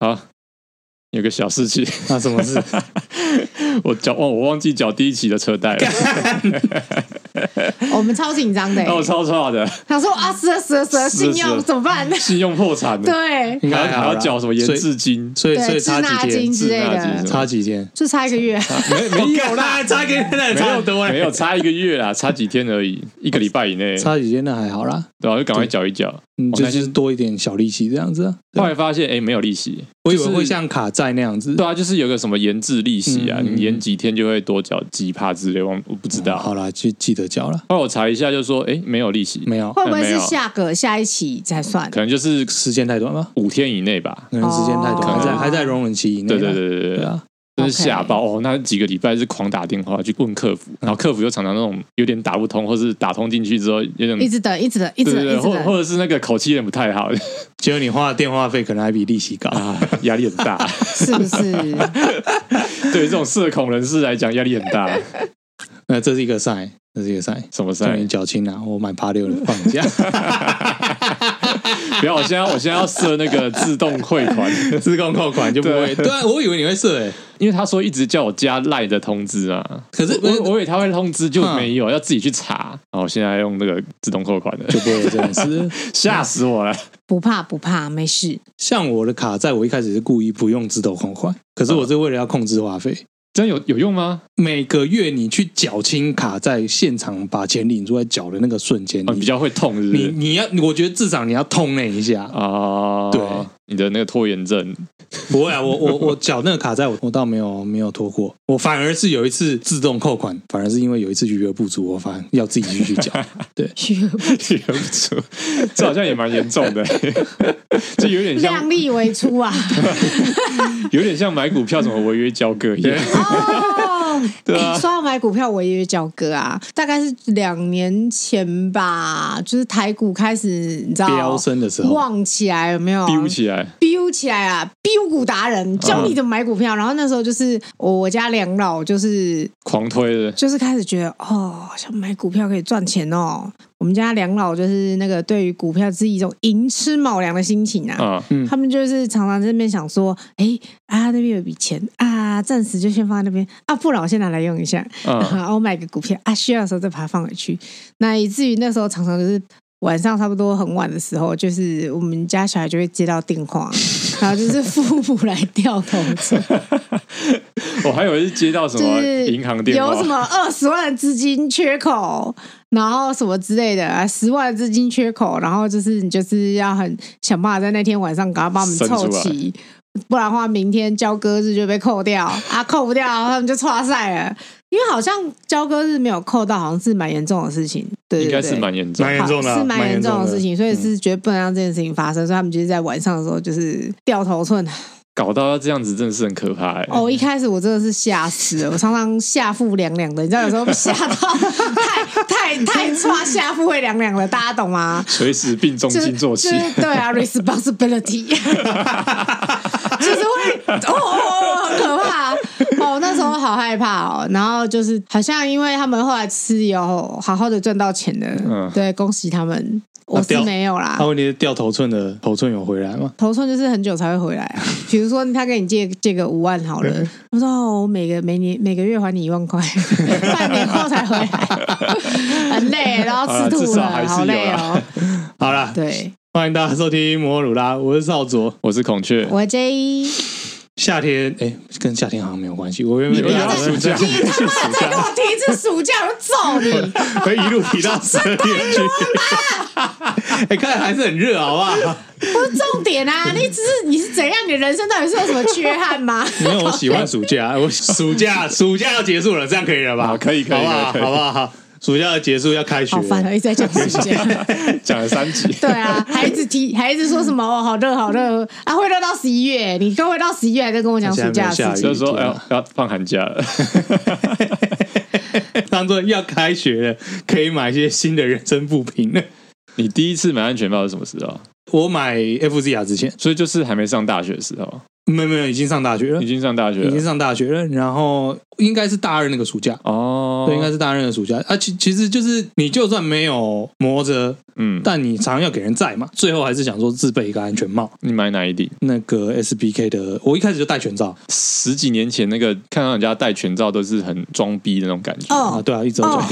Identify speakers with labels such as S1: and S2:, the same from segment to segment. S1: 好，有个小事情，
S2: 那什么事？
S1: 我缴忘我忘记缴第一期的车贷了，
S3: 哦我们超紧张的、
S1: 那我哦
S2: 哦
S3: 欸，
S1: 超差的，
S3: 想说啊，死了死了死了，
S1: 死了
S3: 信
S1: 死
S3: 用
S1: 了
S3: 怎么 办？
S1: 信用破产了，
S3: 对
S2: 应
S1: 还
S2: 该
S1: 要还要缴什么延
S2: 滞，
S1: 滞金？
S2: 所以所
S3: 对，
S2: 以
S3: 滞
S2: 差
S3: 纳
S2: 几
S3: 金
S2: 天？
S3: 之类
S1: 滞纳金
S3: 的
S1: 是，
S2: 差几天？
S3: 就差一 个月。
S1: 哎
S2: 没有啦，差给
S1: 没
S2: 那差
S1: 有
S2: 很多
S1: 没
S2: 哎，
S1: 有差一个月啦，差几天而已，一个礼拜以内，
S2: 差几天那还好啦，
S1: 对吧？就赶快缴一缴。
S2: 嗯，
S1: 我
S2: 就
S1: 担心
S2: 是多一点小利息这样子啊。
S1: 哦后来发现，哎，没有利息，
S2: 我以
S1: 就
S2: 为
S1: 是
S2: 会像卡债那样子
S1: 对。啊，就是有个什么延滞利息啊，
S2: 嗯嗯
S1: 你延几天就会多缴几帕之类，忘我不知道。
S2: 啊好啦，就记得缴了。
S1: 后来我查一下，就说，哎，没有利息，
S2: 没有，
S3: 会不会
S1: 没
S3: 是
S1: 有
S3: 下个下一期再算？
S1: 可能就是
S2: 时间太短吧？
S1: 五天以内吧。
S2: 可能时间太短，
S3: 哦
S2: 还在还在容忍期以内
S1: 对对
S2: 啦。
S1: 对对对
S2: 对啊，
S1: 就是
S3: OK
S1: 吓爆哦！那几个礼拜是狂打电话去问客服，然后客服又常常那种有点打不通，或是打通进去之后有点
S3: 一直等，一直等，一直
S1: 对对
S3: 等，
S1: 对，
S3: 一直
S1: 或或
S3: 等。
S1: 者是那个口气有点不太好
S2: 结果你花的电话费可能还比利息高。
S1: 啊，压力很 大。
S3: 是不是？
S1: 对于这种社恐人士来讲，压力很大。
S2: 那这是一个赛，这是一个赛。
S1: 什么事啊
S2: 终于？缴清了，我买八六的 放假。
S1: 不要，我现在我现在要设那个自动汇款，
S2: 自动扣款就不会。
S1: 对
S2: 对啊，我以为你会设诶，
S1: 因为他说一直叫我加赖的通知啊，
S2: 可是
S1: 我
S2: 我
S1: 我以为他会通知，
S3: 嗯
S1: 就没有，要自己去查。然后我现在用那个自动扣款的，
S2: 就不会有这种事。
S1: 吓死我了。
S3: 不怕不怕，没事。
S2: 像我的卡债，我一开始是故意不用自动扣款，可是我是为了要控制花费。
S1: 真有有用吗？
S2: 每个月你去缴清卡债，现场把钱领出来缴的那个瞬间，
S1: 哦你
S2: 你
S1: 比较会痛，是不
S2: 你
S1: 是？
S2: 你要，我觉得至少你要痛那一下。
S1: 哦，
S2: 对，
S1: 你的那个拖延症，
S2: 不会啊，我我我缴那个卡债，我我倒没有没有拖过，我反而是有一次自动扣款，反而是因为有一次余额不足，我反而要自己去 缴。
S1: 忍不住，这好像也蛮严重的，这有 点
S3: 量
S1: 像
S3: 力为 出啊！
S1: 有点像买股票什么违约交割一样，
S3: 哦，
S1: 对啊
S3: 欸说要买股票违约交割啊，大概是两年前吧，就是台股开始你知道
S2: 飙升的时候
S3: 旺起来有没有？
S1: 逼不起来。
S3: 飙起来啊！飙股达人教你怎么买股票，然后那时候就是我我家两老就是
S1: 狂推的，
S3: 就是开始觉得哦，想买股票可以赚钱哦。我们家两老就是那个对于股票是一种寅吃卯粮的心情啊，
S1: 啊、
S2: 嗯
S3: 他们就是常常在那边想说，哎啊那边有笔钱啊，暂时就先放在那边啊，不然我先拿来用一下，
S1: 嗯
S3: 然后我买个股票啊，需要的时候再把它放回去。那以至于那时候常常就是晚上差不多很晚的时候，就是我们家小孩就会接到电话，然后就是父母来 调头车，
S1: 我哦还以为是接到什
S3: 就
S1: 么
S3: 是
S1: 银行电话，
S3: 有什么二十万资金缺口，然后什么之类的，啊，十万资金缺口，然后就是你就是要很想办法在那天晚上赶快帮我们
S1: 生出
S3: 凑
S1: 来
S3: 齐，不然的话明天交割日就被扣掉啊，扣不掉他们就错赛了，因为好像交割日没有扣到，好像是蛮严重的事情，对
S1: 应
S3: 对
S1: 该是
S3: 对。
S1: 蛮严重
S2: 蛮
S1: 的。
S2: 严重的啊
S3: 是蛮严重
S2: 蛮严重
S3: 的
S2: 的嗯
S3: 事情，所以是绝对不能让这件事情发生。所以他们就是在晚上的时候，就是掉头寸，
S1: 搞到这样子真的是很可怕、欸。
S3: 哦，一开始我真的是吓死了，我常常下腹凉凉的，你知道有时候被吓到太太太差，下腹会凉凉的，大家懂吗？
S1: 随时病重
S3: 就是
S1: 惊坐
S3: 就
S1: 起
S3: 是，对啊，responsibility，就是会哦哦哦，很可怕哦，那时候好害怕哦。然后就是好像因为他们后来吃有好好的赚到钱的，
S1: 嗯
S3: 对，恭喜他们，我是
S2: 掉
S3: 没有啦
S2: 他。啊问题是掉头寸的头寸有回来吗？
S3: 头寸就是很久才会回来 啊。比如说他跟你借借个五万好了，我说哦，我每个每年每个月还你一万 块，半年后才回来，很累，然后吃吐
S1: 好啦至少还
S3: 了，
S1: 是
S3: 好累哦。
S2: 好啦，
S3: 对，
S2: 欢迎大家收听摩鲁拉，我是少佐。
S1: 我是孔 雀，
S3: 我 E 这一
S2: 夏天，哎、跟夏天好像没有关系。我原本
S1: 你
S2: 要
S1: 在
S2: 暑 假，
S3: 你他妈再给我提一次暑假，我就揍你！
S2: 可以一路提到十二点去。哎、看来还是很热，好不 好？
S3: 不是重点啊，你只是你是怎样？你的人生到底是有什么缺憾吗？
S2: 因为我喜欢暑假，我暑假暑假要结束了，这样可以了吧？
S1: 好可以可以
S2: 好不好？
S1: 可以
S2: 好不好？好暑假要结束要开学
S3: 好
S2: 了，
S3: 烦啊，一直在讲暑假。
S1: 讲了三集，
S3: 对啊，孩子提孩子说什么哦，好热好热啊，会热到十一月，你跟会到十一月还在跟我讲暑假的事
S2: 现在没有下雨
S3: 情。
S1: 就是说
S2: 天
S1: 要
S2: 啊
S1: 要放寒假了，
S2: 当做要开学了，可以买一些新的人生物品了。
S1: 你第一次买安全帽是什么时候？
S2: 我买 FZ 啊，之前
S1: 所以就是还没上大学的时候，
S2: 没有没有，已经上大学了
S1: 已。经上大学
S2: 嗯已经
S1: 了。
S2: 上大学了，然后应该是大二那个暑假。
S1: 哦，
S2: 对，应该是大二那个暑假啊，其其实就是你就算没有磨着，
S1: 嗯，
S2: 但你常要给人载嘛，最后还是想说自备一个安全帽。
S1: 你买哪一顶？
S2: 那个 SBK 的，我一开始就戴全罩
S1: 十几年前那个看到人家戴全罩都是很装逼的那种感觉。
S2: 啊，
S3: 哦
S2: 对啊，一直都这
S3: 哦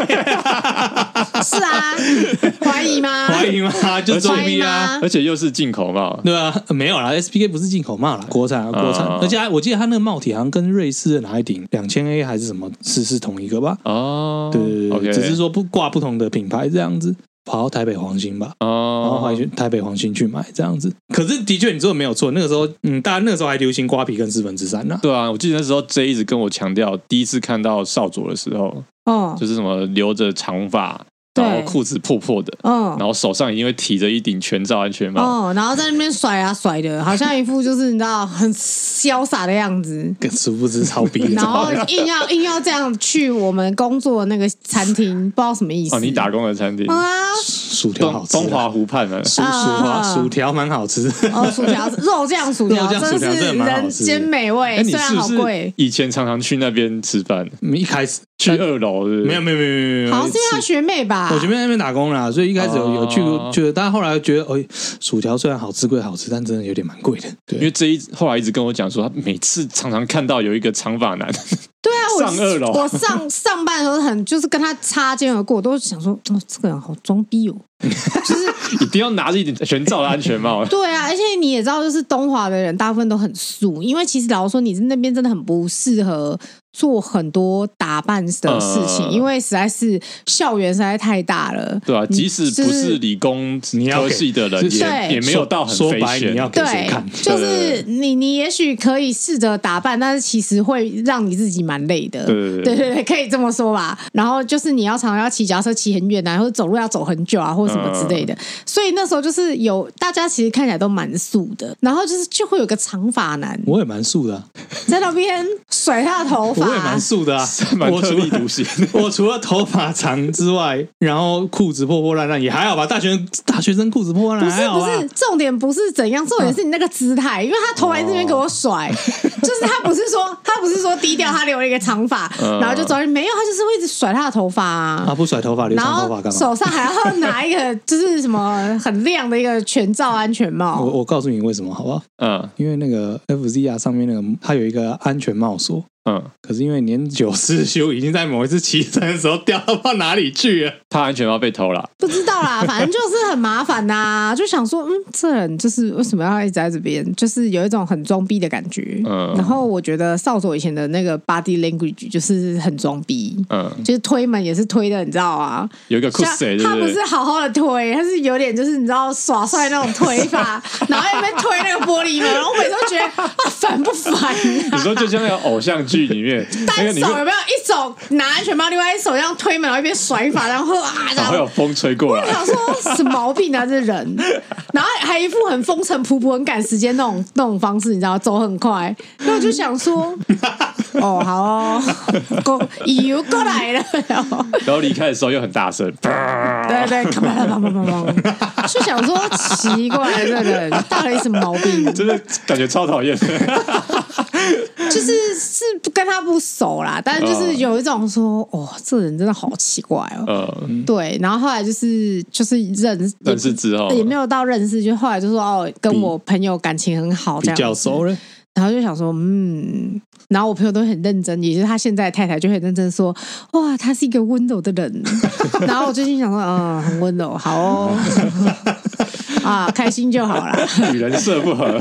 S2: 样，，
S3: 是啊， 怀疑吗？
S2: 怀 疑吗？就装
S3: 怀疑
S2: 逼啊。
S3: 吗
S1: 而？且又是进口嘛，
S2: 对啊，呃没有啦，SPK 不是进口帽啦，国产啊国产，
S1: 啊
S2: 而且还我记得它那个帽体好像跟瑞士的哪一顶两千 A 还是什么是是同一个吧？
S1: 哦，
S2: 对对对对
S1: OK，
S2: 只是说不挂不同的品牌这样子。跑到台北黄兴吧，然后
S1: 哦，
S2: 回去台北黄兴去买这样子。可是的确你做的没有错，那个时候嗯，大家那个时候还流行瓜皮跟四分之 三呢、
S1: 对啊，我记得那时候 J 一直跟我强调，第一次看到少佐的时候，
S3: 哦，
S1: 就是什么留着长发，
S3: 对
S1: 然后裤子破破的，
S3: 哦
S1: 然。后手上一定会提着一顶全罩安全帽。
S3: 哦，然后在那边甩啊甩的，好像一副就是你知道很潇洒的样子，
S2: 跟殊不知超逼的
S3: 然。后硬要硬要这样去我们工作的那个餐厅，不知道什么意思。
S1: 哦，你打工的餐厅，
S3: 啊？
S2: 薯条好
S1: 东
S2: 吃啊，
S1: 东华湖畔啊，
S2: 薯薯
S3: 啊
S2: 条薯条蛮好吃 的。
S3: 哦，薯条肉酱薯条
S2: 肉酱薯条
S3: 是
S2: 真的蛮好
S3: 人
S2: 吃
S3: 间美味，
S1: 哎，你
S3: 虽然
S1: 是不
S3: 好
S1: 是
S3: 贵，
S1: 以前常常去那边吃饭？
S2: 一开始
S1: 去二楼是不是
S2: 没有没有没有没有没有，
S3: 好像是因为他学妹吧？
S2: 我前面在那边打工啦，所以一开始有有去
S1: 哦
S2: 觉得，但后来觉得，哎，薯条虽然好吃归好吃，但真的有点蛮贵的。
S1: 因为
S2: 对，
S1: 这一后来一直跟我讲说，他每次常常看到有一个长发男
S3: 对啊，我
S1: 上二楼
S3: 我上上班的时候很就是跟他擦肩而过，我都想说，哦，这个人好装逼哦。。
S1: 一定要拿着一顶全罩的安全帽
S3: 对啊，而且你也知道，就是东华的人大部分都很素，因为其实老实说，你那边真的很不适合做很多打扮的事情，
S1: 嗯
S3: 因为实在是校园实在太大了。
S1: 对啊，即使
S3: 就是
S1: 不是理工
S2: 你要
S1: 科
S2: 给
S1: 系的
S2: 就
S1: 人，
S2: 是
S1: 也
S3: 对
S1: 也没有到很
S2: 说
S1: 飞
S2: 白，
S1: 旋
S2: 你要给谁
S3: 对
S2: 看？，
S3: 就是你，你也许可以试着打扮，但是其实会让你自己蛮累的。
S1: 对对
S3: 对
S1: 对
S3: 对对，可以这么说吧。然后就是你要常常要骑脚踏车骑很远啊，或者走路要走很久啊，或者什么之类的。
S1: 呃
S3: 所以那时候就是有大家其实看起来都蛮素的，然后就是就会有个长发男
S2: 我也蛮素的啊，
S3: 在那边甩他的头
S2: 我
S3: 发，
S2: 也蛮素的啊，
S1: 蛮
S2: 我
S1: 特
S2: 除
S1: 立
S2: 了
S1: 独行。
S2: 我除了头发长之外，然后裤子破破烂烂也还好吧，大学大学生裤子破破烂
S3: 不
S2: 烂还
S3: 是
S2: 好啊哦
S3: 不
S2: 吧
S3: 是，。重点不是怎样，重点是你那个姿态，因为他头来这边给 我甩，就是他不是说他不是说低调，他留了一个长发，
S1: 嗯
S3: 然后就走进去没有，他就是会一直甩他的头发啊。
S2: 啊，不甩头发留
S3: 然
S2: 长头
S3: 后
S2: 发干嘛？
S3: 手上还要拿一个，就是什么很亮的一个全罩安全
S2: 我
S3: 帽。
S2: 我告诉你为什么好不好？
S1: 嗯
S2: 因为那个 FZR 上面那个它有一个安全帽锁，
S1: 嗯，
S2: 可是因为年久失修，已经在某一次骑乘的时候掉到不知道哪里去了。
S1: 他安全帽被偷了。
S3: 不知道 啦，反正就是很麻烦呐、就想说，嗯，这人就是为什么要一直在这边，就是有一种很装逼的感觉。
S1: 嗯
S3: 然后我觉得少佐以前的那个 body language 就是很装逼，
S1: 嗯，
S3: 就是推门也是推的，你知道啊？
S1: 有一个酷
S3: 像
S1: 谁，对
S3: 他不
S1: 对
S3: 是？好好的推，他是有点就是你知道耍帅那种推 法，然后在那边推那个玻璃门，然后我每次都觉得啊烦不烦、啊？
S1: 你说就像那个偶像剧里 面，那个
S3: 单
S1: 你
S3: 手
S1: 会
S3: 有没有一手拿安全帽，另外一手这样推门，然后一边甩法，然后啊这
S1: 还会有
S3: 样。
S1: 风吹过
S3: 我
S1: 来。
S3: 想说什么毛病啊，这人，然后还一副很风尘仆仆、很赶时间那种那种方式，你知道，走很快。那我就想说，哦，好哦，过又过来了，然后
S1: 然后离开的时候又很大声，
S3: 对对，砰砰砰砰砰砰，就想说奇怪，这人到底什么毛病？
S1: 真的感觉超讨厌 的。
S3: 就是是跟他不熟啦，但是就是有一种说，哦，这人真的好奇怪哦。
S1: 嗯，
S3: 对，然后后来就是就是认也
S1: 认识之后
S3: 也没有到认识，就后来就说哦，跟我朋友感情很好 这
S2: 比
S3: 样，
S2: 较熟。了，
S3: 然后就想说，嗯，然后我朋友都很认真，也就是他现在的太太就很认真说，哇，他是一个温柔的 人。然后我最近想说，嗯，很温柔，好哦， 啊，开心就好啦。
S1: 与人设不合。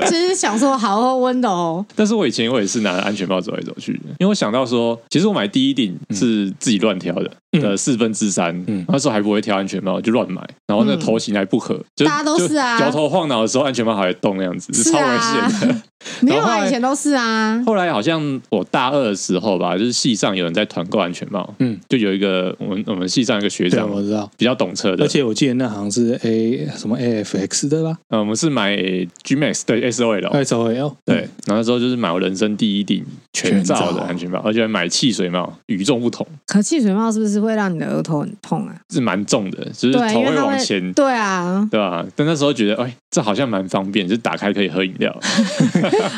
S3: 就是想说，好哦，温柔哦，
S1: 但是我以前我也是拿安全帽走来走去，因为我想到说，其实我买第一顶是自己乱挑的，
S2: 嗯
S1: 呃，四分之三，那时候还不会挑安全帽，就乱买，然后那个
S3: 嗯
S1: 头型还不合，就
S3: 大家都是啊
S1: 就摇头晃脑的时候，安全帽还会动那样子，
S3: 是
S1: 超
S3: 啊
S1: 危险 的。，
S3: 没有
S1: 然后后
S3: 啊，
S1: 来
S3: 以前都是啊，
S1: 后来好像我大二的时候吧，就是系上有人在团购安全帽，
S2: 嗯，
S1: 就有一个我们我们系上有一个学
S2: 对，
S1: 长
S2: 我知道。
S1: 比较懂车的，
S2: 而且我记得那好像是 A 什么 AFX 对吧
S1: 呃，我们是买 G Max 对 S O L，
S2: ？S O L
S1: 对，然后那时候就是买我人生第一顶全罩
S2: 全
S1: 的
S2: 罩
S1: 安全帽，而且还买汽水帽，与众不同。
S3: 可汽水帽是不是是会让你的额头很痛啊。
S1: 是蛮重的，就是
S3: 对，
S1: 头
S3: 因为它
S1: 往
S3: 会，
S1: 前，
S3: 对啊，
S1: 对吧、但那时候觉得，哎，这好像蛮方便，就是打开可以喝饮料，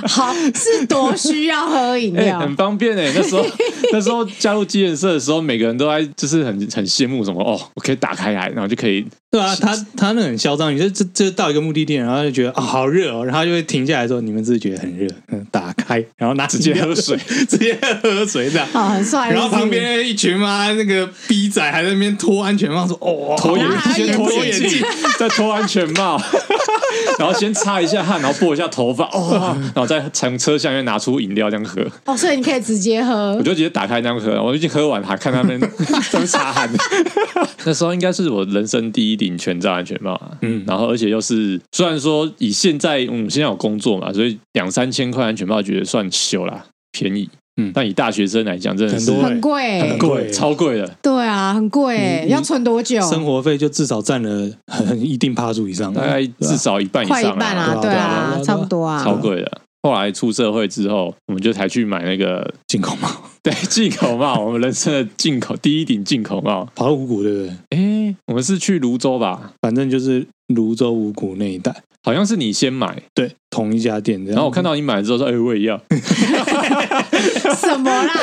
S3: 好是多需要喝饮
S1: 哎、
S3: 料。
S1: 很方便哎、那时 候那时候加入机人社的时候，每个人都在就是很很羡慕什么哦，我可以打开来，然后就可以
S2: 对啊，他他那很嚣张，你这这这到一个目的地，然后他就觉得啊、好热哦，然后他就会停下来说：“你们是不是觉得很热？”嗯，打开，然后拿直
S1: 接喝水，
S2: 直接喝水这 样。
S3: 哦，很帅。
S2: 然后
S3: 是不是
S2: 旁边一群妈那个逼仔还在那边脱安全帽，说：“哦，
S1: 脱眼
S3: 那还
S1: 先
S3: 要
S1: 脱
S3: 眼
S1: 眼
S3: 镜
S1: 镜，再脱安全帽， 然后先擦一下汗，然后拨一下头发， 哦，然后再从车厢里面拿出饮料这样喝。
S3: 哦，所以你可以直接喝
S1: 我。就直接打开那样喝，我已经喝完了，还看他们 在那擦汗。 那时候应该是我人生第一顶全罩安全帽、啊，嗯，然后而且又是虽然说以现在嗯现在有工作嘛，所以两三千块安全帽觉得算秀啦，便宜，
S2: 嗯
S1: 嗯，但以大学生来讲真的是
S2: 很多
S3: 很贵、
S2: 很
S3: 欸，
S2: 贵
S1: 超贵的。
S3: 对啊，很贵、欸，
S2: 你
S3: 要存多久？
S2: 生活费就至少占了很很一定趴数以上，
S1: 哦大概至少一半以
S3: 快
S1: 上、
S3: 一半
S2: 啊
S3: 啊，
S2: 对啊对啊
S3: 啊
S2: 对啊，
S3: 差不多啊，
S1: 超贵的。后来出社会之后，我们就才去买那个
S2: 进口嘛，
S1: 对进口帽，我们人生的进口第一顶进口帽。
S2: 跑到五谷对不对？
S1: 诶，我们是去泸州吧？
S2: 反正就是泸州五谷那一带，
S1: 好像是你先买，
S2: 对，同一家店这样。
S1: 然后我看到你买了之后说：“哎、我也要。
S3: 什么 啦？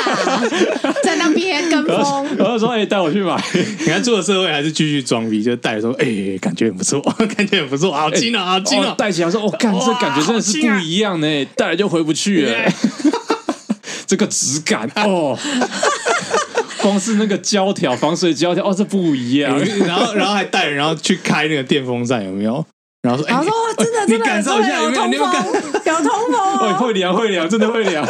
S3: 在那边跟”
S1: 然后
S3: 风，
S1: 然后说：“哎、带我去买。
S2: 你看出了社会还是继续装逼，就带着说，哎、感觉很不错， 感觉很不错，好劲哦，好劲
S1: 哦
S2: 哦，！
S1: 戴起来说：“哦，干，这
S2: 哇
S1: 感觉真的是
S2: 好轻啊
S1: 不一样呢，戴了就回不去了。 这个质感哦， 光是那个胶条防水胶条哦，这不一样。
S2: 然后然后还带着，然后去开那个电风扇，有没有？然后说，哎、
S3: 然后说哇真的
S2: 你
S3: 真
S2: 你感
S3: 的
S2: 受一
S3: 真
S2: 下
S3: 的
S2: 有
S3: 有
S2: 没
S3: 通
S2: 有
S3: 风，有通风
S1: 哦，
S3: 哦！
S1: 会凉会凉，真的会 凉。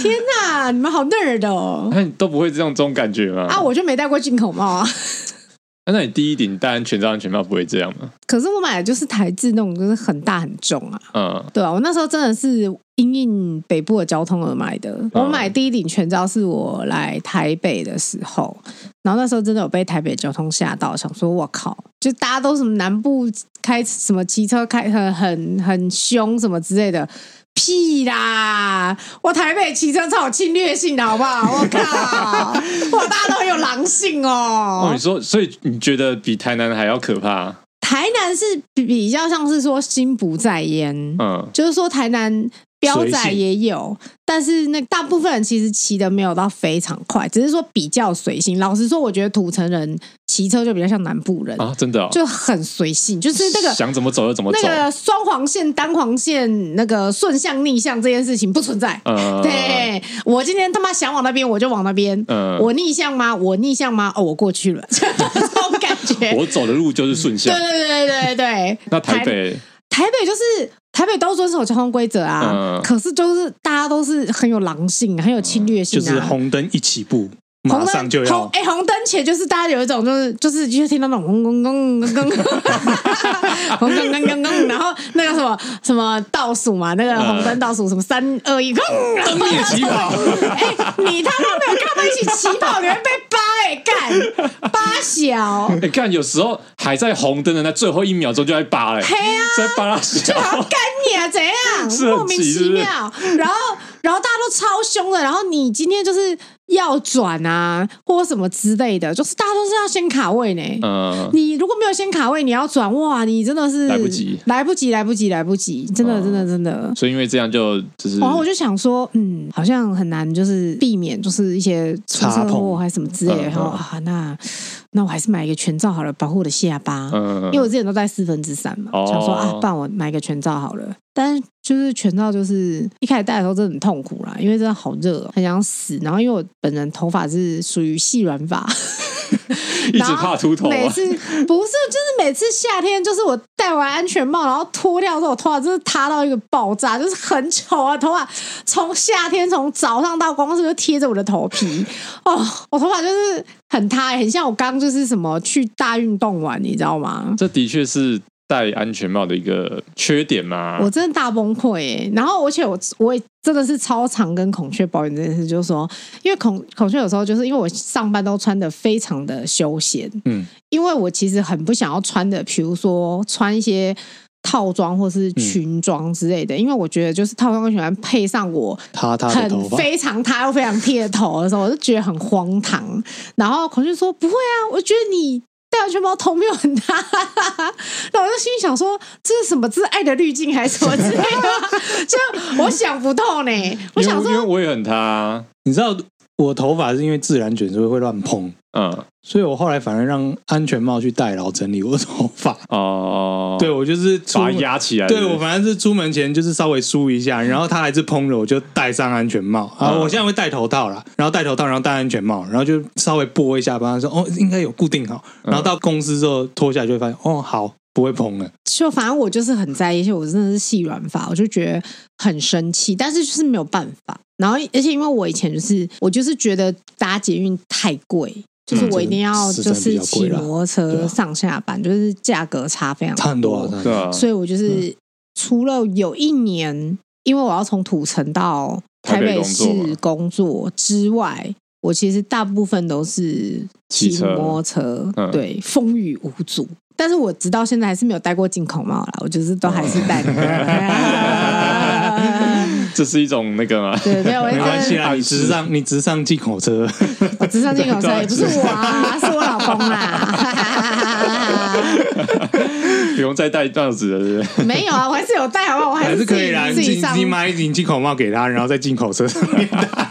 S3: 天哪，你们好 nerd 哦！
S1: 那你都不会这样这种感觉吗？
S3: 啊，我就没戴过进口帽啊，
S1: 啊那你第一顶戴安全罩，安全帽不会这样吗？
S3: 可是我买的就是台制那种，就是很大很重啊。
S1: 嗯，
S3: 对啊，我那时候真的是因应北部的交通而买的。
S1: 嗯
S3: 我买第一顶全罩是我来台北的时候，然后那时候真的有被台北交通吓到，想说我靠，就大家都什么南部开什么骑车开很很很凶什么之类的。屁啦！我台北骑车超有侵略性的，好不好？我靠！ 哇，大家都很有狼性
S1: 哦，你说，所以你觉得比台南还要可怕？
S3: 台南是比比较像是说心不在焉，
S1: 嗯，
S3: 就是说台南标仔也有，但是那大部分人其实骑的没有到非常快，只是说比较随性。老实说，我觉得土城人骑车就比较像南部人，
S1: 啊，真的、哦，
S3: 就很随性，就是那个。
S1: 想怎么走就怎么
S3: 那
S1: 走。
S3: 个双黄线、单黄线、那个顺向、逆向这件事情不存在。
S1: 嗯，
S3: 对我今天他妈想往那边，我就往那边。
S1: 嗯
S3: 我逆向吗？我逆向吗？哦，我过去了， 这种感觉。
S1: 我走的路就是顺
S3: 对
S1: 向。
S3: 对对对对对。
S1: 那台北，
S3: 台北就是台北都遵守交通规则啊，
S1: 嗯
S3: 可是就是大家都是很有狼性，很有侵略性
S2: 就
S3: 啊。
S2: 是红灯一起步，马
S3: 红灯
S2: 上就要
S3: 红哎、红灯前就是大家有一种就是就是就听到那种轰轰轰轰轰 轰轰轰轰轰，然后那个什么什么倒数嘛，那个红灯倒数什么三二一，轰！然后
S2: 嗯灭起跑，
S3: 哎、你他妈没有跟他们一起起跑，你会被扒哎、干扒小。
S1: 你看，哎有时候还在红灯的那最后一秒钟就在扒嘞，哎
S3: 嘿啊
S1: 在扒
S3: 就
S1: 小，
S3: 好像干你啊，怎
S1: 是
S3: 样？
S1: 很
S3: 莫名其妙。然后，然后大家都超凶的，然后你今天就是要转啊，或什么之类的，就是大家都是要先卡位呢。
S1: 嗯，
S3: 你如果没有先卡位，你要转哇，你真的是
S1: 来不及
S3: 来不及，来不及，来不及，真的，
S1: 嗯
S3: 真的，真的。
S1: 所以因为这样就就是
S3: 然后我就想说，嗯，好像很难，就是避免就是一些出
S2: 插
S3: 车
S2: 碰
S3: 祸还是什么之类的。
S1: 嗯
S3: 然
S1: 嗯
S3: 后啊，那那我还是买一个全罩好了，保护我的下巴。
S1: 嗯，
S3: 因为我之前都戴四分之三嘛，
S1: 哦
S3: 想说啊，不然我买个全罩好了。但就是全罩，就是一开始戴的时候真的很痛苦啦，因为真的好热哦、很想死。然后因为我本人头发是属于细软发，
S1: 一直怕秃头
S3: 每
S1: 啊，
S3: 次不是就是每次夏天，就是我戴完安全帽，然后脱掉之后，我头发真是塌到一个爆炸，就是很丑啊！头发从夏天从早上到光是就贴着我的头皮，哦，我头发就是很塌、欸很像我刚就是什么去大运动完，你知道吗？
S1: 这的确是戴安全帽的一个缺点嘛。
S3: 我真的大崩溃欸！然后，而且我我也真的是超常跟孔雀抱怨这件事，就是说，因为孔孔雀有时候就是因为我上班都穿的非常的休闲，
S2: 嗯，
S3: 因为我其实很不想要穿的，比如说穿一些套装或是裙装之类的，因为我觉得就是套装跟裙装配上我
S2: 塌塌的头
S3: 很
S2: 发，
S3: 非常塌又非常剃的头的时候，我就觉得很荒唐。然后孔雀说：“不会啊，我觉得你戴安全帽头没有很塌。” 然后我就心里想说：“这是什么？这是爱的滤镜还是什么之类的？”就我想不透呢。我
S1: 因为
S3: 想
S1: 因为
S3: 说，
S1: 我也很塌啊，
S2: 你知道我头发是因为自然卷，所以会乱蓬，
S1: 嗯
S2: 所以我后来反而让安全帽去戴，然后整理我的头发。
S1: 哦，
S2: 对，我就是出
S1: 把它
S2: 门
S1: 压起来，
S2: 对我反正是出门前就是稍微梳一下，然后它还是蓬的，我就戴上安全帽。啊，
S1: 嗯
S2: 我现在会戴头套啦，然后戴头套，然后戴安全帽，然后就稍微拨一下，帮他说哦，应该有固定好。
S1: 嗯
S2: 然后到公司之后脱下来就会发现哦，好，不会蓬了。
S3: 就反正我就是很在意，而且我真的是细软发，我就觉得很生气，但是就是没有办法。然后，而且因为我以前就是我就是觉得搭捷运太贵。就是
S1: 嗯
S3: 我一定要
S2: 这
S3: 就
S2: 个实在
S3: 是
S2: 比较
S3: 骑
S2: 贵啦
S3: 摩托
S2: 对
S3: 车
S2: 啊
S3: 上下班，就是价格差非常
S2: 差很多啊，差很
S1: 对
S2: 多
S1: 啊，
S3: 所以我就是、除了有一年，因为我要从土城到台
S1: 台北
S3: 北
S1: 工
S3: 市
S1: 作嘛
S3: 工作之外，我其实大部分都是骑
S1: 骑车
S3: 摩托车，
S1: 嗯
S3: 对，风雨无阻。但是我直到现在还是没有戴过进口帽啦，我就是都还是戴那个。
S1: 这是一种那个嘛，
S3: 对，没有，我
S2: 没关系啊啦，
S3: 真的
S2: 你直上你直上进口车，
S3: 我直上进口车
S1: 对啊
S3: 也不是我啊，是我老公啊啦。
S1: 不用再戴帽子了，是不是？
S3: 没有啊，我还是有戴，好不好？我
S2: 还
S3: 是
S2: 是可以啦。
S3: 来
S2: 你
S3: 自
S2: 自
S3: 己
S2: 己
S3: 上啊
S2: 你买一顶进口帽给他，然后再进口车上面 戴。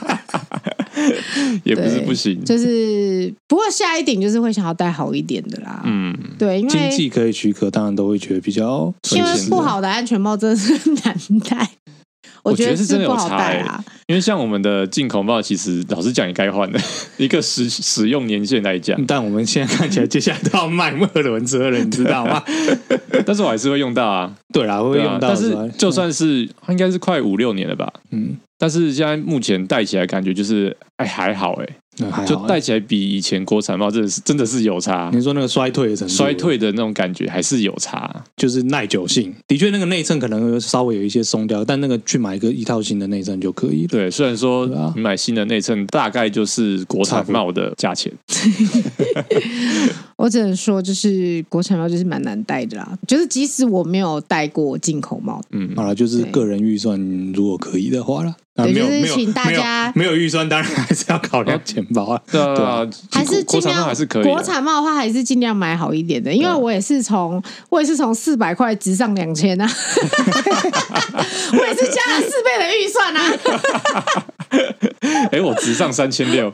S1: 也不是
S3: 对
S1: 不行，
S3: 就是不过下一顶就是会想要戴好一点的啦。
S1: 嗯，
S3: 对，因
S2: 经
S3: 为
S2: 济可以许可，当然都会觉得比较
S1: 本
S3: 因
S2: 存
S3: 为
S1: 钱
S2: 钱
S3: 不
S2: 的。
S3: 好的安全帽真的是很难戴，
S1: 我觉
S3: 觉
S1: 得是真的
S3: 不
S1: 有
S3: 好
S1: 差
S3: 戴
S1: 欸
S3: 啊。
S1: 因为像我们的进口帽，其实老实讲也该换了， 一个使使用年限来讲，
S2: 但我们现在看起来，接下来都要卖末轮车了，你知道吗？嗯
S1: 但是我还是会用到啊，
S2: 对啦，会
S1: 对啊
S2: 用，到的
S1: 但
S2: 时
S1: 是
S2: 候。
S1: 就算是它应该是快五六年了吧，
S2: 嗯，
S1: 但是现在目前戴起来感觉就是，哎，还好哎、
S2: 那还好欸嗯
S1: 就戴起来比以前国产帽真的是真的是有差，
S2: 你说那个衰退的程度，
S1: 衰退的那种感觉还是有差。
S2: 就是耐久性，的确那个内衬可能有稍微有一些松掉，但那个去买一个一套新的内衬就可以了。
S1: 对，虽然说
S2: 对啊
S1: 你买新的内衬大概就是国产帽的价钱，
S3: 我只能说，就是国产帽就是蛮难戴的啦。就是即使我没有戴过进口帽，
S1: 嗯，
S2: 好了，就是
S3: 对
S2: 个人预算如果可以的话啦，啊，
S3: 对
S2: 没有
S3: 就是
S2: 没有
S3: 请大家
S2: 没有没有预算，当然还是要考量钱包啊。
S1: 对啊，
S2: 对啊
S3: 还是
S1: 国
S3: 尽
S1: 国产
S3: 量
S1: 帽还是可以的，啊
S3: 国产帽的话，还是尽量买好一点的，因为
S1: 对啊
S3: 我也是从我也是从四百块直上两 千啊，我也是加了四倍的预算啊。
S1: 哎，我直上三千六，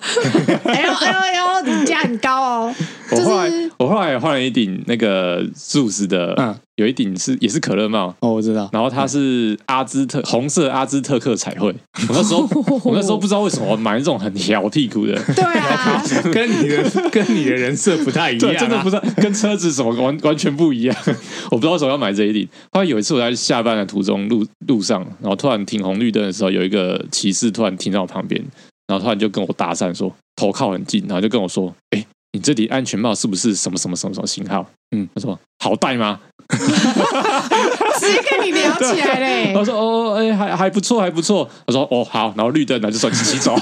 S3: 哎呦哎呦哎呦，你价很高哦，
S1: 我
S3: 就
S1: 后来
S3: 是
S1: 我后来也换了一顶那个 Zeus 的，
S2: 嗯
S1: 有一顶是也是可乐帽，
S2: 哦，我知道，
S1: 然后它是阿兹特红色阿兹特克彩绘，我那时 候我那时候不知道为什么我买那种很小屁股的。
S3: 对 啊，
S2: 跟你的跟你的人设不太一样
S1: 对，
S2: 啊，
S1: 真的不知道跟车子什么完完全不一样。 我不知道为什么要买这一顶。后来有一次我在下班的途中路路上，然后突然停红绿灯的时候，有一个骑士突然停到我旁边，然后突然就跟我搭讪说头靠很近，然后就跟我说：“哎、你这顶安全帽是不是什么什么什么什么型号？”嗯
S2: 嗯，
S1: 他说：“好戴吗
S3: 直接跟你聊起来？”嘞
S1: 我。说：“哦，哎、还还不错，还不错。”他说：“哦，好。”然后绿灯，然后就说：“骑走。”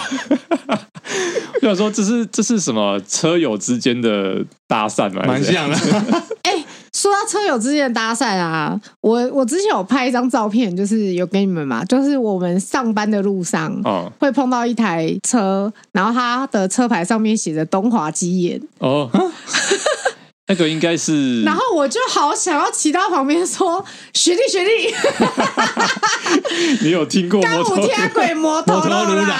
S1: 我想说，这是这是什么车友之间的搭讪吗？还
S2: 蛮
S1: 是怎样
S2: 像的。
S3: 哎说到车友之间的搭讪啊，我我之前有拍一张照片，就是有给你们嘛，就是我们上班的路上。
S1: 哦
S3: 会碰到一台车，然后它的车牌上面写着东华基业，
S1: 哦， 那个应该是，
S3: 然后我就好想要骑到旁边说：“学弟学 弟，
S1: 你有听过
S3: 干
S1: 摩
S3: 五
S1: 托？
S3: 天啊鬼摩托罗拉。”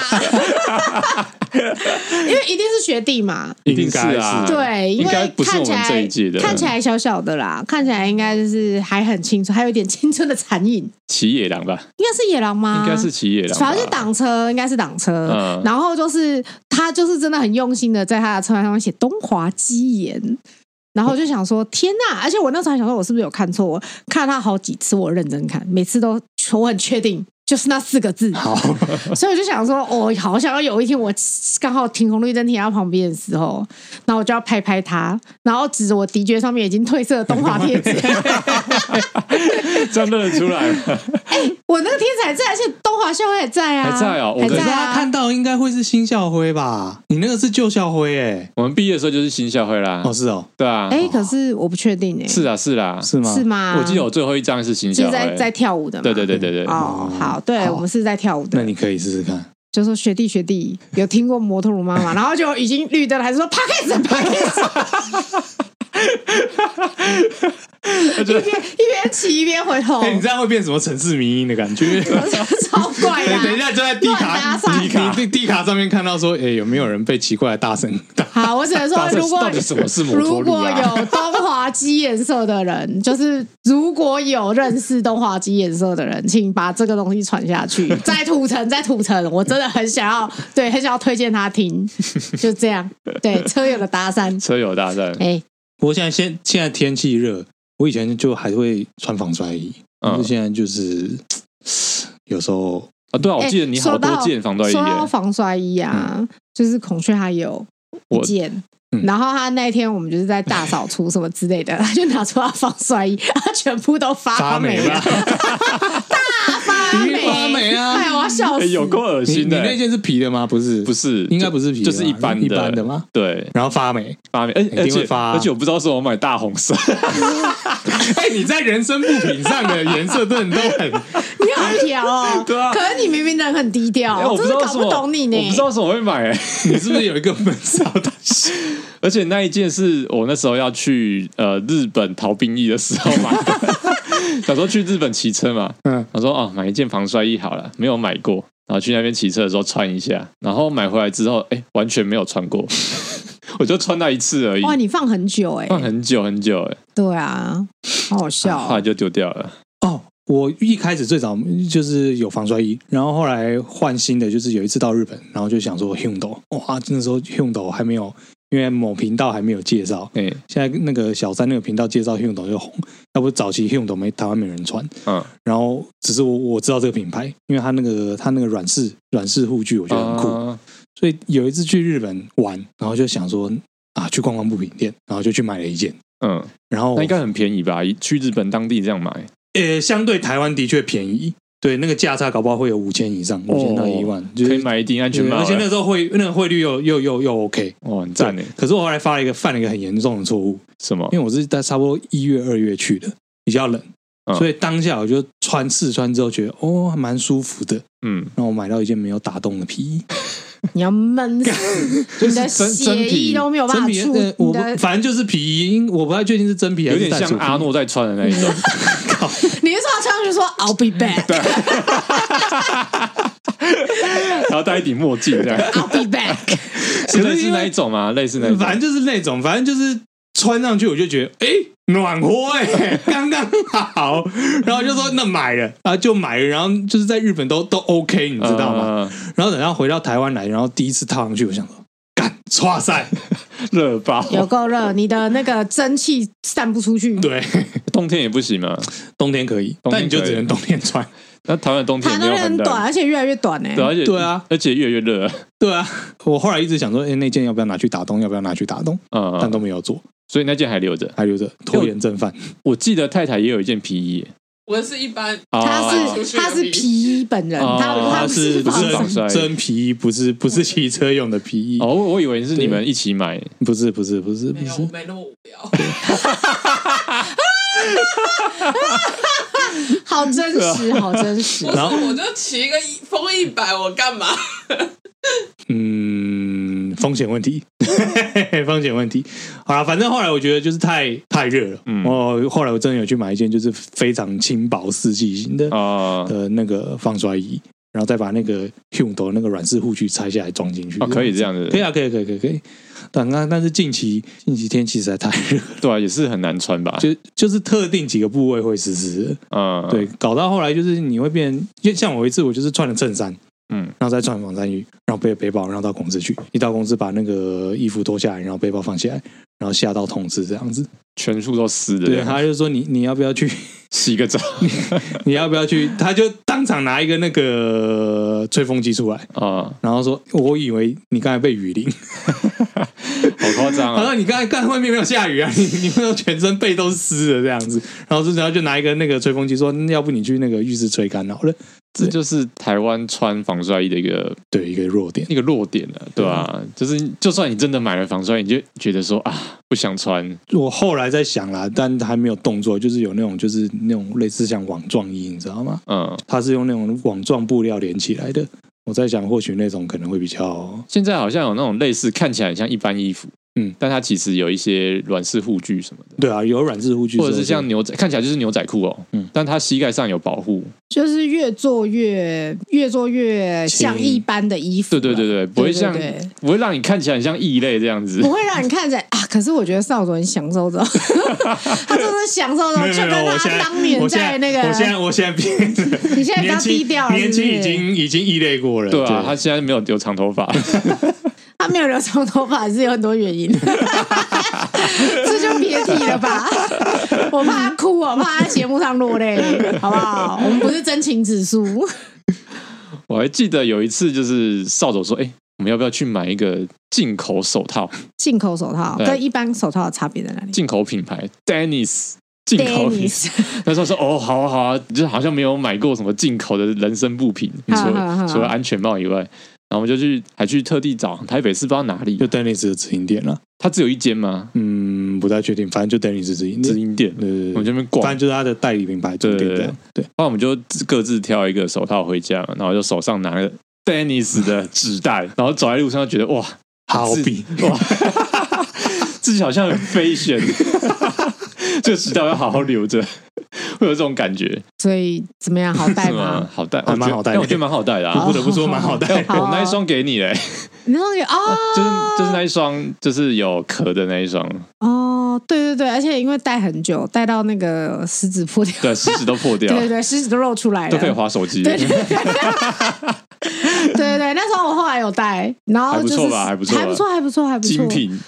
S3: 因为一定是学弟嘛，
S1: 一定是啊，
S2: 应该是
S3: 对，因
S1: 应
S3: 为
S1: 该不是
S3: 看
S1: 我
S3: 起
S1: 们
S3: 来
S1: 这一届的，嗯
S3: 看起来小小的啦，看起来应该就是还很青春，还有一点青春的残影，
S1: 骑野狼吧，
S3: 应该是野狼吗？
S1: 应该是骑野狼吧，
S3: 反正啊是挡车，应该是挡车。
S1: 嗯
S3: 然后就是他就是真的很用心的在他的车牌上面写东华基岩。然后我就想说，天呐！而且我那时候还想说，我是不是有看错？我看了他好几次，我认真看，每次都我很确定就是那四个字。
S2: 好，
S3: 所以我就想说，我、好想要有一天我刚好停红绿灯停到旁边的时候，然后我就要拍拍他，然后指着我的确上面已经褪色的动画 贴纸，
S1: 这样认得出来吗，
S3: 我那个贴纸还在，而且东华校徽也在啊，
S1: 还在哦我的
S3: 还
S2: 可
S3: 在
S2: 是他
S3: 啊。
S2: 看到应该会是新校徽吧？你那个是旧校徽哎、
S1: 我们毕业的时候就是新校徽啦
S3: 嗯
S2: 哦，是哦，
S1: 对啊，
S3: 哎、可是我不确定哎、
S1: 是啊是啦，
S2: 是吗？
S3: 是？吗？
S1: 我记得我最后一张是新
S3: 是
S1: 校
S3: 在
S1: 徽，
S3: 在跳舞的嘛。
S1: 对对对对对，
S3: 哦，好，对
S2: 好
S3: 我们是在跳舞的
S2: 那。你可以试试看。
S3: 就说学弟学弟有听过摩托鲁妈妈，然后就已经绿灯了，还是说 p a c k e t p a c k e t
S1: 我觉得
S3: 一边骑一边回头，
S2: 哎、你这样会变什么城市民音的感 觉？
S3: 超怪啊的、
S2: 哎等等一下就在地
S3: 乱搭
S2: 卡
S3: 讪
S2: 地卡地地卡上面看到说，哎、有没有人被奇怪的大声打？
S3: 好，我只能说
S1: 到，底
S3: 如果
S1: 到底什么是摩托
S3: 如
S1: 路
S3: 果
S1: 啊？
S3: 有东华鸡颜色的人， 就是如果有认识东华鸡颜色的人，请把这个东西传下 去，在土城，在土城，我真的很想要，对，很想要推荐 他听，就这样，对，车友的搭讪，
S1: 车友大战，
S3: 哎、
S2: 不过现在现现在天气热，我以前就还会穿防摔衣，但
S1: 嗯
S2: 是现在就是嘖有时候
S1: 啊，对啊，我
S3: 哎
S1: 记得你好
S3: 说
S1: 多
S3: 到
S1: 件防断衣
S3: 说到
S1: 耶，
S3: 防摔衣啊，就是孔雀它有
S1: 嗯
S3: 一
S1: 我
S3: 件。
S2: 嗯
S3: 然后他那一天我们就是在大扫除什么之类的，他就拿出他防摔衣，他全部都
S2: 发
S3: 啊发霉
S2: 霉吧
S3: 了，？发
S2: 一定
S3: 霉，
S2: 发霉啊
S3: 哎，我要笑
S1: 哎
S3: 死，
S1: 有够恶
S2: 你
S1: 心
S2: 你
S1: 的欸
S2: 那
S1: 耶，
S2: 件是皮的吗？不是，
S1: 不是，
S2: 应该不是皮的吧，
S1: 就是一般的
S2: 一般的吗？
S1: 对，
S2: 然后 发霉，
S1: 发霉，而
S2: 定
S1: 而
S2: 会
S1: 且
S2: 发啊
S1: 而且我不知道是我买大红色，！
S2: 哎、你在人生物品上的颜色真的都很，
S3: 你好屌哦
S1: 对啊
S3: 可是你明明人很低调，
S1: 哎 我
S3: 我
S1: 不
S3: 真
S1: 知道
S3: 的搞
S1: 什么，
S3: 不懂你呢。
S1: 我不知道什么会买， 哎
S2: 你是不是有一个闷骚的心？
S1: 而且那一件是我那时候要去呃日本逃兵役的时候买 的，想说去日本骑车嘛，
S2: 嗯，
S1: 他说哦买一件防摔衣好了，没有买过，然后去那边骑车的时候穿一下，然后买回来之后，哎，完全没有穿过， 我就穿那一次而已，
S3: 哇，你放很久哎、
S1: 放很啊久很久，哎，
S3: 对啊，好好笑
S1: 后来
S3: 哦、
S1: 就丢掉了。
S2: 哦，我一开始最早就是有防摔衣，然后后来换新的，就是有一次到日本，然后就想说 Hyundai，哇，那时候 Hyundai 还没有，因为某频道还没有介绍，
S1: 哎，
S2: 现在那个小三那个频道介绍 Hyundai 就红，要不早期 Hyundai 没台湾没人穿，
S1: 嗯，
S2: 然后只是我我知道这个品牌，因为它那个它那个软式软式护具我觉得很酷，
S1: 啊
S2: 所以有一次去日本玩，然后就想说啊去逛逛布品店，然后就去买了一件，
S1: 嗯，
S2: 然后
S1: 那应该很便宜吧？一去日本当地这样买，
S2: 呃，相对台湾的确便宜，对，那个价差搞不好会有五千以上，五千到一万，就是
S1: 哦可以买一顶安全
S2: 对
S1: 帽了，
S2: 而且那时候汇那个汇率又又又又 OK，
S1: 哇，很赞欸
S2: 对
S1: 诶！
S2: 可是我后来发了一个犯了一个很严重的错误，
S1: 什么
S2: 因为我是在差不多一月二月去的，比较冷，
S1: 嗯
S2: 所以当下我就穿试穿之后觉得哦还蛮舒服的，
S1: 嗯，
S2: 然后我买到一件没有打洞的皮衣，
S3: 你要闷死，
S1: 就是
S3: 你的
S1: 真真
S3: 血
S1: 皮
S3: 液哦都没有办
S2: 真
S3: 法
S2: 皮
S3: 出，
S2: 呃我不
S3: 你的
S2: 反正就是皮衣，因我不太确定是真皮还
S1: 有
S2: 是
S1: 点
S2: 淡
S1: 像
S2: 水皮
S1: 阿诺在穿的那一 种，
S3: 你是说他穿上 去说 I'll be back，I'll
S1: 然后戴一顶墨镜这样，
S3: be back，
S1: 是类
S2: 是
S1: 似
S2: 因为
S1: 那一种吗？类似那一种，
S2: 反正就是那种，反正就是穿上去我就觉得，哎、暖和哎、 刚刚好，然后就说那买了啊，就买了，然后就是在日本都都 OK，你知道吗？
S1: 吗？
S2: 然后等到回到台湾来，然后第一次套上去，我想说，干，哇塞，
S1: 嗯热爆，
S3: 有够热，你的那个蒸汽散不出去。
S2: 对，
S1: 冬天也不行嘛。
S2: 冬天可以，
S1: 冬天可以
S2: 但你就只能冬天穿，
S1: 那台湾的冬天
S3: 台
S1: 也没有
S3: 湾那边很
S1: 冷
S3: 短，，而且越来越短哎、
S1: 对，而且
S2: 对啊，
S1: 而且越来越热，
S2: 对啊。我后来一直想说，哎、那件要不要拿去打洞？要不要拿去打洞？但
S1: 嗯，
S2: 都没有做，
S1: 所以那件还留着。
S2: 还留着拖延症 犯。
S1: 我记得太太也有一件皮衣，欸
S4: 我是一般
S1: 哦
S3: 他
S4: 哦
S3: 是他是皮衣本人，他
S1: 哦
S3: 他
S2: 它
S3: 不是
S2: 是
S1: 不
S3: 防
S1: 是防
S3: 身
S1: 晒
S2: 真真皮衣，不是不是骑车用的皮衣，
S1: 哦，我我以为是你们一起买，
S2: 不是不是不是不
S4: 没有，
S2: 是
S4: 我，没那么无聊。
S3: 好真实，
S1: 啊
S3: 好真实
S4: 不。是，
S2: 然后
S4: 我就骑一个一风一百，我干嘛？
S2: 嗯，风险问题， 风险问题。好了，反正后来我觉得就是太太热了。
S1: 嗯
S2: 我后来我真的有去买一件就是非常轻薄四季型的、
S1: 啊
S2: 呃那个防摔衣，然后再把那个 Hundo 那个软式护具拆下来装进去。
S1: 啊，可以这样子，
S2: 可以啊，可以，可以，可以，可以。但那但是近期近期天气实在太热，
S1: 对啊，也是很难穿吧？
S2: 就 就是特定几个部位会湿湿的，
S1: 嗯，
S2: 对，，搞到后来就是你会变，就像我一次我就是穿了衬衫，
S1: 嗯，
S2: 然后再穿防晒衣，然后背背包，然后到公司去。一到公司把那个衣服脱下来，然后背包放起来，然后吓到同事这样子。
S1: 全处都湿的这
S2: 对，
S1: 样，
S2: 他就说你你要不要去
S1: 洗个澡
S2: 你要不要去？他就当场拿一个那个吹风机出来，
S1: 啊，
S2: 然后说：“我以为你刚才被雨淋。”
S1: 好夸张
S2: 他
S1: 啊！
S2: 说：“你刚才干外面没有下雨啊，你你们都全身背都湿了这样子。”然后这时候就拿一个那个吹风机说：“嗯要不你去那个浴室吹干好了。
S1: 这就是台湾穿防摔衣的一个”
S2: 对，一个弱点。
S1: 一个弱点了、对吧、就是就算你真的买了防摔衣，你就觉得说啊，不想穿，
S2: 我后来在想啦，但还没有动作，就是有那种就是那种类似像网状衣，你知道吗？
S1: 嗯。
S2: 它是用那种网状布料连起来的。我在想，或许那种可能会比较
S1: 现在好像有那种类似看起来很像一般衣服，
S2: 嗯
S1: 但它其实有一些软式护具什么的，
S2: 对啊，有软质护具，
S1: 或者是像牛仔，看起来就是牛仔裤哦，
S2: 嗯
S1: 但它膝盖上有保护，
S3: 就是越做越越做越像
S2: 轻
S3: 一般的衣服
S1: 对对
S3: 了，
S1: 对对，不会像
S3: 对对
S1: 不会让你看起来很像异类这样子
S3: 不，会让你看起来啊。可是我觉得少佐很享受着， 他真的享受
S2: 没
S3: 着，
S2: 有
S3: 啊就
S2: 没有没
S3: 跟
S2: 有，我现在我
S3: 他当年
S2: 现
S3: 那个，
S2: 我现在我现在变得
S3: 你 现在比
S2: 年
S3: 较低
S2: 轻
S3: 调了，
S2: 年轻
S3: 是
S2: 已
S3: 不是
S2: 经已经异类过了，
S1: 对啊，他现在没有留长头发，
S3: 他没有留长头发是有很多原因， 这就别提了吧。我怕他哭，我怕他在节目上落泪，好不好？我们不是真情指数，
S1: 我还记得有一次就是少佐说，哎、我们要不要去买一个进口手套？
S3: 进口手套
S1: 对
S3: 跟一般手套的差别在哪里
S1: 进口品牌 Dennis 进口品牌。
S3: ？Dennis，
S1: 那时候说哦，好啊好啊，就是好像没有买过什么进口的人身部品，除
S3: 好啊好
S1: 了
S3: 好
S1: 除了安全帽以外，然后我们就去还去特地找台北市不知道哪里
S2: 就，等你是直营店了。
S1: 它只有一间吗？
S2: 嗯，不太确定，反正就等你是直营
S1: 直
S2: 店。
S1: 营店，
S2: 对对
S1: 我们
S2: 对
S1: 这边
S2: 对，
S1: 逛，
S2: 呃反正
S1: 然
S2: 就是他的代理品牌主
S1: 对
S2: 店
S1: 对
S2: 这样。对，
S1: 后我们就各自挑一个手套回家嘛，然后就手上拿了 Dennis 的纸袋，然后走在路上就觉得哇，
S2: 好
S1: 自
S2: 比
S1: 哇， 自己好像很飞旋，这个纸袋要好好留着，会有这种感觉
S3: 所以怎么 样？好戴
S1: 是吗
S3: 吗？？
S1: 好戴，
S2: 还蛮好戴的
S1: 但我觉得蛮好戴的啊，
S2: 不得不说蛮好戴。
S3: 好啊
S1: 我那一双给你嘞。
S3: 你那个哦
S1: 啊就是就是那一双，就是有壳的那一双，
S3: 哦，对对对，而且因为戴很久，戴到那个食指破掉，
S1: 对， 食指都破掉了，
S3: 对对对，食指都露出来
S1: 都可以
S3: 了。
S1: 划手机，
S3: 对对对对对，那时候我后来有戴，然后就是
S1: 还不错吧还不错吧
S3: 还不错，还不错，还不错，
S1: 精品，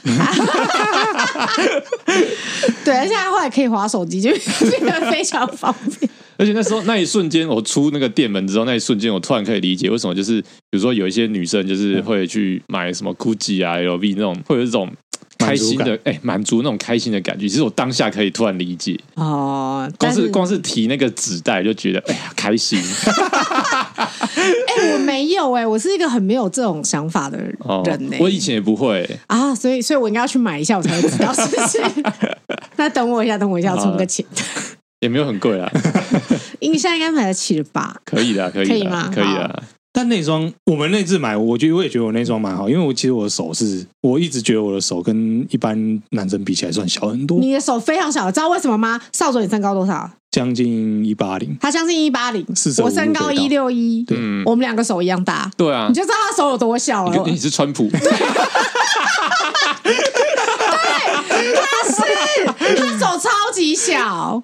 S3: 对，而且它后来可以划手机，就变得非常方便。
S1: 而且那时候那一瞬间，我出那个店门之后，那一瞬间，我突然可以理解为什么就是，比如说有一些女生
S2: 嗯
S1: 就是会去买什么 GUCCI 啊、LV 那种，会有一种开心的哎满足那种开心的感觉。其实我当下可以突然理解，
S3: 哦，
S1: 光
S3: 但
S1: 是
S3: 是
S1: 光是提那个纸袋就觉得哎呀开 心
S3: 哎、我没有哎、我是一个很没有这种想法的人
S1: 哦
S3: 呢、，
S1: 我以前也不会，
S3: 啊，所以所以我应该要去买一下，我才会知道是不 是？那等我一下，等我一下，我充个钱，
S1: 也没有很贵啦，
S3: 应该应该买得起了吧？
S1: 可以的，可
S3: 可
S1: 以
S3: 以
S1: 的
S3: 吗，
S1: 可以的，
S2: 但那双我们那次买，我觉得我也觉得我那双蛮好，因为我其实我的手是，我一直觉得我的手跟一般男生比起来算小很多，
S3: 你的手非常小，知道为什么吗？少佐，你身高多少？
S2: 将近一八零。
S3: 他将近一八零，
S2: 45
S3: 我身高
S2: 不
S3: 一六一，
S1: 嗯，
S3: 我们两个手一样大，
S1: 对啊
S3: 你，就知道他手有多小
S1: 你
S3: 了。
S1: 跟你是川普。
S3: 他是他手超级 小，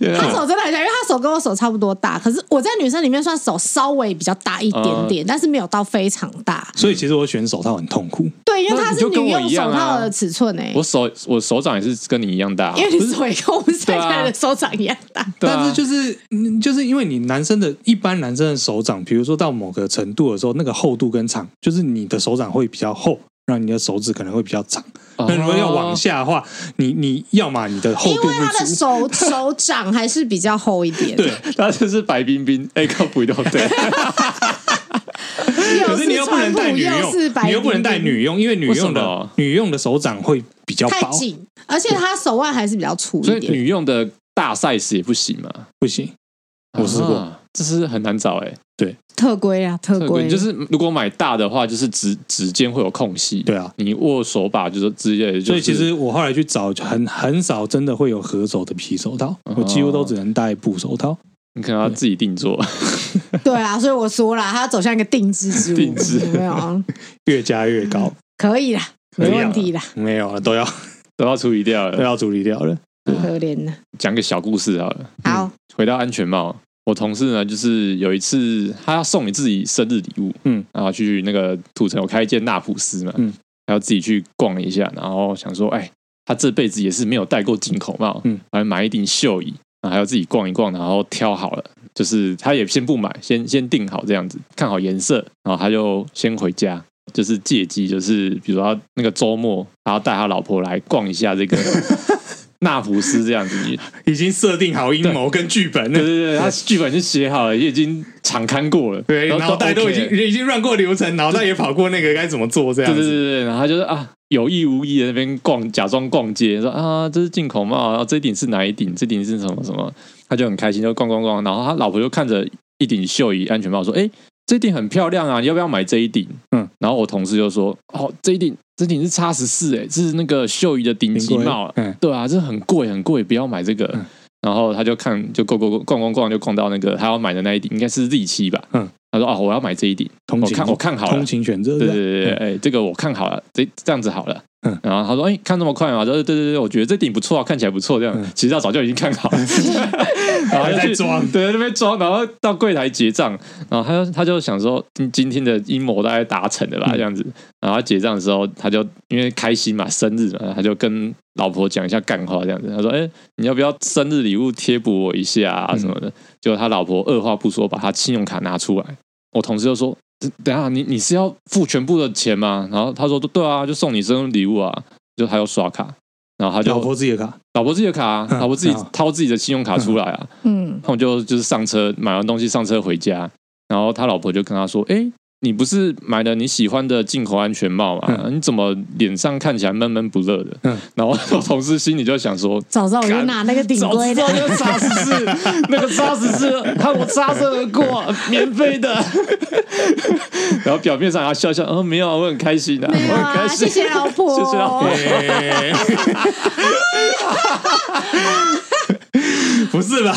S1: 对啊
S3: 他手真的很小，因为他手跟我手差不多大，可是我在女生里面算手稍微比较大一
S2: 呃
S3: 点点，但是没有到非常大。
S2: 所以其实我选手套很痛苦，
S3: 对，因为
S1: 那
S3: 它
S1: 你
S3: 是
S1: 就跟
S3: 女
S1: 我
S3: 用
S1: 一样
S3: 手
S1: 啊
S3: 套的尺寸诶、
S1: 我手我手掌也是跟你一样大、
S3: 因为你手也跟我们现在
S2: 啊
S3: 的手掌一样大。
S1: 对啊
S2: 但是就是嗯就是因为你男生的一般男生的手掌，比如说到某个程度的时候，那个厚度跟长，就是你的手掌会比较厚，让你的手指可能会比较长。
S1: 哦
S2: 那如果要往下的话，你你要么你的厚
S3: 因
S2: 度
S3: 为他
S2: 不
S3: 的
S2: 足，
S3: 手手掌还是比较厚一点，
S2: 对，
S1: 哦，他就是白冰冰，哎、靠不对，对，
S3: 又
S2: 可是你又不能
S3: 川
S2: 带
S3: 普，
S2: 女
S3: 又是
S2: 用，
S3: 白，
S2: 你又不能带，女用，因为女用
S1: 为什
S2: 的
S1: 么
S2: 女用的手掌会比较
S3: 太
S2: 薄，
S3: 紧，而且他手腕还是比较粗
S1: 所
S3: 一
S1: 以
S3: 点。
S1: 女用的大 size 也不行嘛。
S2: 不行。我试过
S1: 啊，这是很难找哎、
S3: 特规啊，特
S1: 这个
S3: 规
S1: 就是如果买大的话，就是指指尖会有空隙，
S2: 对啊，
S1: 你握手把就是之类的、就是，
S2: 所以其实我后来去找，很很少真的会有合手的皮手套，我几乎都只能戴布手套。
S1: 你可能要自己定做，
S3: 对啊，所以我说了，他要走向一个定制之舞，
S1: 定制
S3: 有没有？
S2: 越加越高，
S3: 可以啦，
S2: 可以
S3: 没
S2: 啊
S3: 问题啦，
S2: 没有了，都 要
S1: 都要处理掉
S2: 都
S1: 了。
S2: 要处理掉了。
S3: 可怜的。
S1: 讲个小故事好了，
S3: 好，
S1: 回到安全帽。我同事呢，就是有一次他要送你自己生日礼物，
S2: 嗯，
S1: 然后去那个土城有开一间纳普斯嘛，
S2: 嗯，
S1: 然后自己去逛了一下，然后想说，哎，他这辈子也是没有戴过进口帽，
S2: 嗯，
S1: 还买一顶秀椅，还要自己逛一逛，然后挑好了，就是他也先不买，先先定好这样子，看好颜色，然后他就先回家。就是借机，就是比如说他那个周末，然后带他老婆来逛一下 这个纳福斯这样子，
S2: 已经设定好阴谋跟剧本
S1: 对
S2: 了，
S1: 对对，他剧本就写好了，也已经场刊过了，
S2: 对，脑袋都已
S1: OK
S2: 经已经乱过流程，脑袋也跑过那个该怎么做这样
S1: 对对对
S2: 子。
S1: 对，然后他就是啊，有意无意的那边逛，假装逛街，说啊，这是进口帽，然后这顶是哪一顶，这顶是什么什么，他就很开心，就逛逛逛，然后他老婆就看着一顶秀仪安全帽说，哎。这顶很漂亮啊，你要不要买这一顶？
S2: 嗯，
S1: 然后我同事就说：“哦，这一顶这顶是叉十四，哎，这是那个秀仪的顶级帽啊，
S2: 嗯
S1: 对啊，这很贵很贵，不要买这个。
S2: 嗯
S1: 然后他就看就逛逛逛逛逛逛，就逛到那个他要买的那一顶，应该是 Z 七吧。
S2: 嗯，
S1: 他说：“哦，我要买这一顶，
S2: 同
S1: 我
S2: 情
S1: 看我看好了
S2: 通，勤选择，
S1: 对对对对，哎、这个我看好了，这这样子好了。
S2: 嗯
S1: 然后他说：“哎、看这么快吗？”说：“对对对，我觉得这顶不错啊，看起来不错。”这样，
S2: 嗯
S1: 其实他早就已经看 好了，然后
S2: 还
S1: 就
S2: 在
S1: 去
S2: 装
S1: 对，那边装，然后到柜台结账，然后他就他就想说，今今天的阴谋大概达成了吧，
S2: 嗯
S1: 这样子。然后他结账的时候，他就因为开心嘛，生日嘛，他就跟老婆讲一下干话，这样子。他说：“哎、你要不要生日礼物贴补我一下啊什么
S2: 嗯
S1: 的？”结果他老婆二话不说，把他信用卡拿出来。我同事就说：“等等一下，你你是要付全部的钱吗？”然后他说：“对啊，就送你生日礼物啊。”就他要刷卡，然后他就
S2: 老婆自己的卡，
S1: 老婆自己的卡、啊，
S2: 嗯
S1: 老婆自己
S2: 好
S1: 掏自己的信用卡出来啊。
S3: 嗯，
S1: 然后就就是上车买完东西上车回家，然后他老婆就跟他说：“哎、你不是买了你喜欢的进口安全帽吗？你怎么脸上看起来闷闷不乐的？”
S2: 嗯
S1: 然后我同事心里就想说。
S3: 早知道我就拿那个顶
S1: 早知
S3: 规的
S1: 道，那 个沙士是那个沙士是看我擦身而过，免费 的。然后表面上他笑笑，哦，没有啊，我很开心的、
S3: 没有
S1: 我很
S3: 啊，
S1: 开
S3: 谢
S1: 心，
S3: 谢老婆，
S1: 谢谢老婆
S2: 哎 不是吧？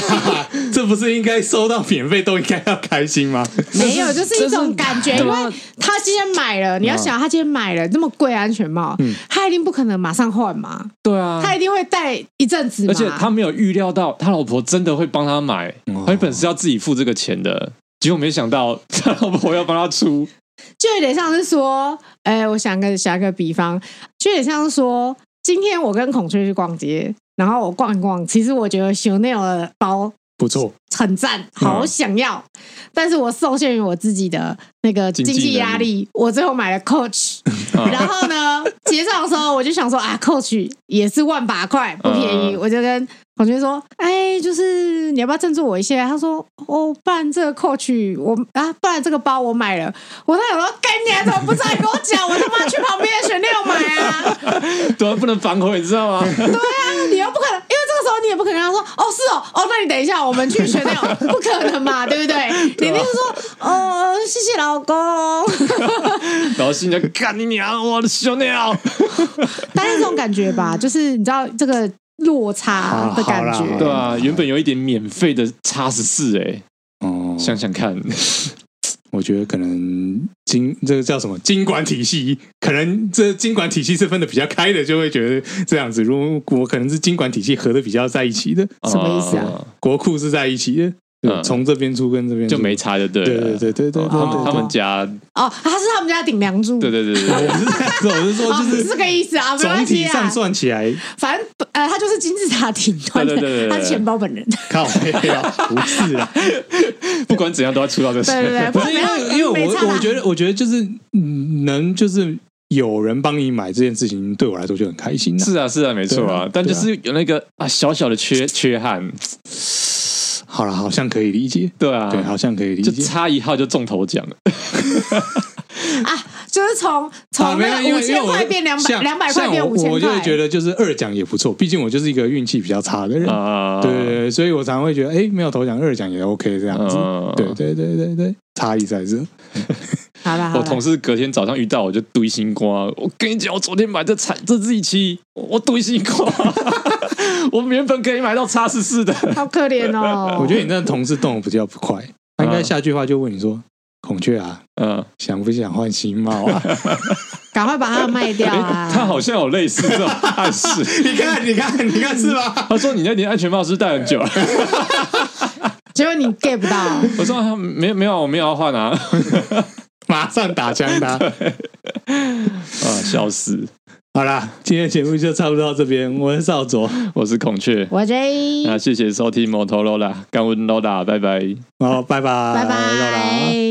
S2: 这不是应该收到免费都应该要开心吗？
S3: 没有，就是一种感觉，
S1: 啊
S3: 因为他今天买了，你要想他今天买了那么贵安全帽，他一定不可能马上换嘛，
S1: 对嗯啊，
S3: 他一定会戴一阵子嘛，
S1: 而且他没有预料到他老婆真的会帮他买，
S2: 哦
S1: 他原本是要自己付这个钱的，结果没想到 他老婆要帮他出，
S3: 就有点像是说，哎、我想个想个比方，就有点像是说，今天我跟孔雀去逛街，然后我逛一逛，其实我觉得 Chanel 的包
S2: 不错，
S3: 很赞，好想要，但是我受限于我自己的那个经
S1: 经济
S3: 济压
S1: 能力
S3: 力，啊我最后买了 Coach，、然后呢，结账的时候我就想说啊，Coach 也是万把块，不便宜，
S1: 嗯
S3: 我就跟孔雀说，哎，就是你要不要赞助我一下？他说，哦，不然这个 Coach 我啊，不然这个包我买了，我那想说，干你啊怎么不早点跟我讲？我他妈去旁边的选六买啊！
S1: 对啊，不能反悔，你知 道吗？
S3: 啊你又不可能，因为这个时候你也不可能跟他说，哦，是哦，哦，那你等一下，我们去选那种，不可能嘛，对不 对？
S2: 啊
S3: 你一定是说，哦，谢谢老公。
S1: 然后心里就干你娘，我的兄弟啊！
S2: 嗯
S3: 大概这种感觉吧，就是你知道这个落差的感
S2: 好好啦
S3: 觉
S1: 对。啊，原本有一点免费的差十四，哎，
S2: 哦，
S1: 想想看，
S2: 我觉得可能经这个叫什么经管体系，可能这经管体系是分的比较开的，就会觉得这样子。如果我可能是经管体系合的比较在一起的，
S3: 什么意思啊
S1: 哦？
S2: 国库是在一起的，对
S1: 嗯
S2: 从这边出跟这边出
S1: 就没。差就对
S2: 对
S1: 了
S2: 对。对对对，
S1: 哦他
S2: 对
S1: 们
S2: 对
S1: 他们家，
S3: 哦，他是他们家顶梁柱，
S1: 对对对对
S2: 对
S1: 对，
S2: 我是这样子，我是说
S3: 哦，
S2: 就是
S3: 是这个意思啊，没
S2: 总
S3: 关
S2: 体
S3: 系
S2: 上
S3: 啊，
S2: 算起来，
S3: 反正呃，他就是金字塔顶端的
S1: 对对对对，对
S3: 他是钱包本人，
S2: 靠背 啊，不是啊，
S1: 不管怎样都要出到这个
S3: 对对对，
S1: 钱。
S3: 不
S2: 不是因为因为我我觉得我觉得就是嗯能就是有人帮你买这件事情，对我来说就很开心啊。
S1: 是啊是啊，没错
S2: 对
S1: 啊
S2: 啊，
S1: 但就是有那个啊小小的缺缺憾，
S2: 好了，好像可以理解，
S1: 对啊，
S2: 对，好像可以理
S1: 就
S2: 解。
S1: 差一号就中头奖了。
S3: 啊，就是从
S2: 啊
S3: 从
S2: 没有
S3: 那
S2: 因
S3: 个
S2: 为
S3: 五千块变两百，
S2: 像
S3: 两百块变
S2: 像我
S3: 五千块，
S2: 我就会觉得就是二奖也不错，毕竟我就是一个运气比较差的人。
S1: 啊，
S2: 对对对，所以我常常会觉得，哎，没有头奖二奖也 OK 这样子
S1: 嗯。
S2: 对对对对对，差异在这。
S3: 好了，好
S1: 我
S3: 了
S1: 同。事隔天早上遇到我就堆心瓜，我跟你讲，我昨天买这产这日期，我堆心瓜， 我原本可以买到叉十四的，
S3: 好可怜哦！
S2: 我觉得你那个同事动的比较不快，他应该下句话就问你说：“孔雀啊，
S1: 嗯，
S2: 想不想换新帽啊？”
S3: 赶快把它卖掉
S1: 哎、
S3: 啊！
S1: 他好像有类似这种暗 示。
S2: 你看，你看，你看是吧？
S1: 他说：“你那顶安全帽是不是戴很久了。
S3: 结果你 get 不到，”
S1: 我说啊：“没有没有，我没有要换啊。”
S2: 马上打枪他。
S1: 啊，笑死！
S2: 好啦，今天的节目就差不多到这边。我是少佐，
S1: 我是孔雀，啊
S3: 我 J，
S1: 那谢谢收听摩托罗拉，干温罗拉，拜拜。
S2: 好，拜拜，啊
S3: 拜
S2: 肉啦
S3: 拜。